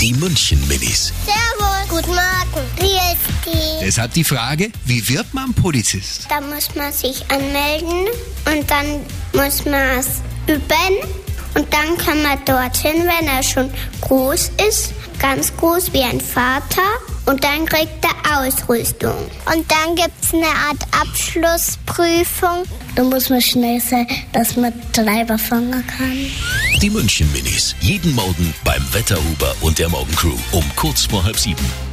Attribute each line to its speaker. Speaker 1: Die München Minis.
Speaker 2: Servus. Guten Morgen. Wie ist die?
Speaker 1: Deshalb die Frage, wie wird man Polizist?
Speaker 2: Da muss man sich anmelden und dann muss man es üben. Und dann kann man dorthin, wenn er schon groß ist, ganz groß wie ein Vater. Und dann kriegt er Ausrüstung. Und dann gibt es eine Art Abschlussprüfung. Da muss man schnell sein, dass man Treiber fangen kann.
Speaker 1: Die München Minis. Jeden Morgen beim Wetterhuber und der Morgencrew um kurz vor halb sieben.